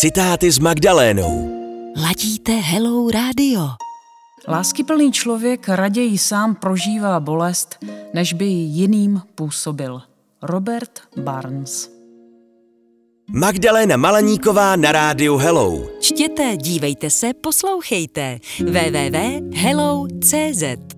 Citáty s Magdalénou. Ladíte Hello Radio. Láskyplný člověk raději sám prožívá bolest, než by ji jiným působil. Robert Barnes. Magdaléna Malaníková na rádiu Hello. Čtěte, dívejte se, poslouchejte. www.hello.cz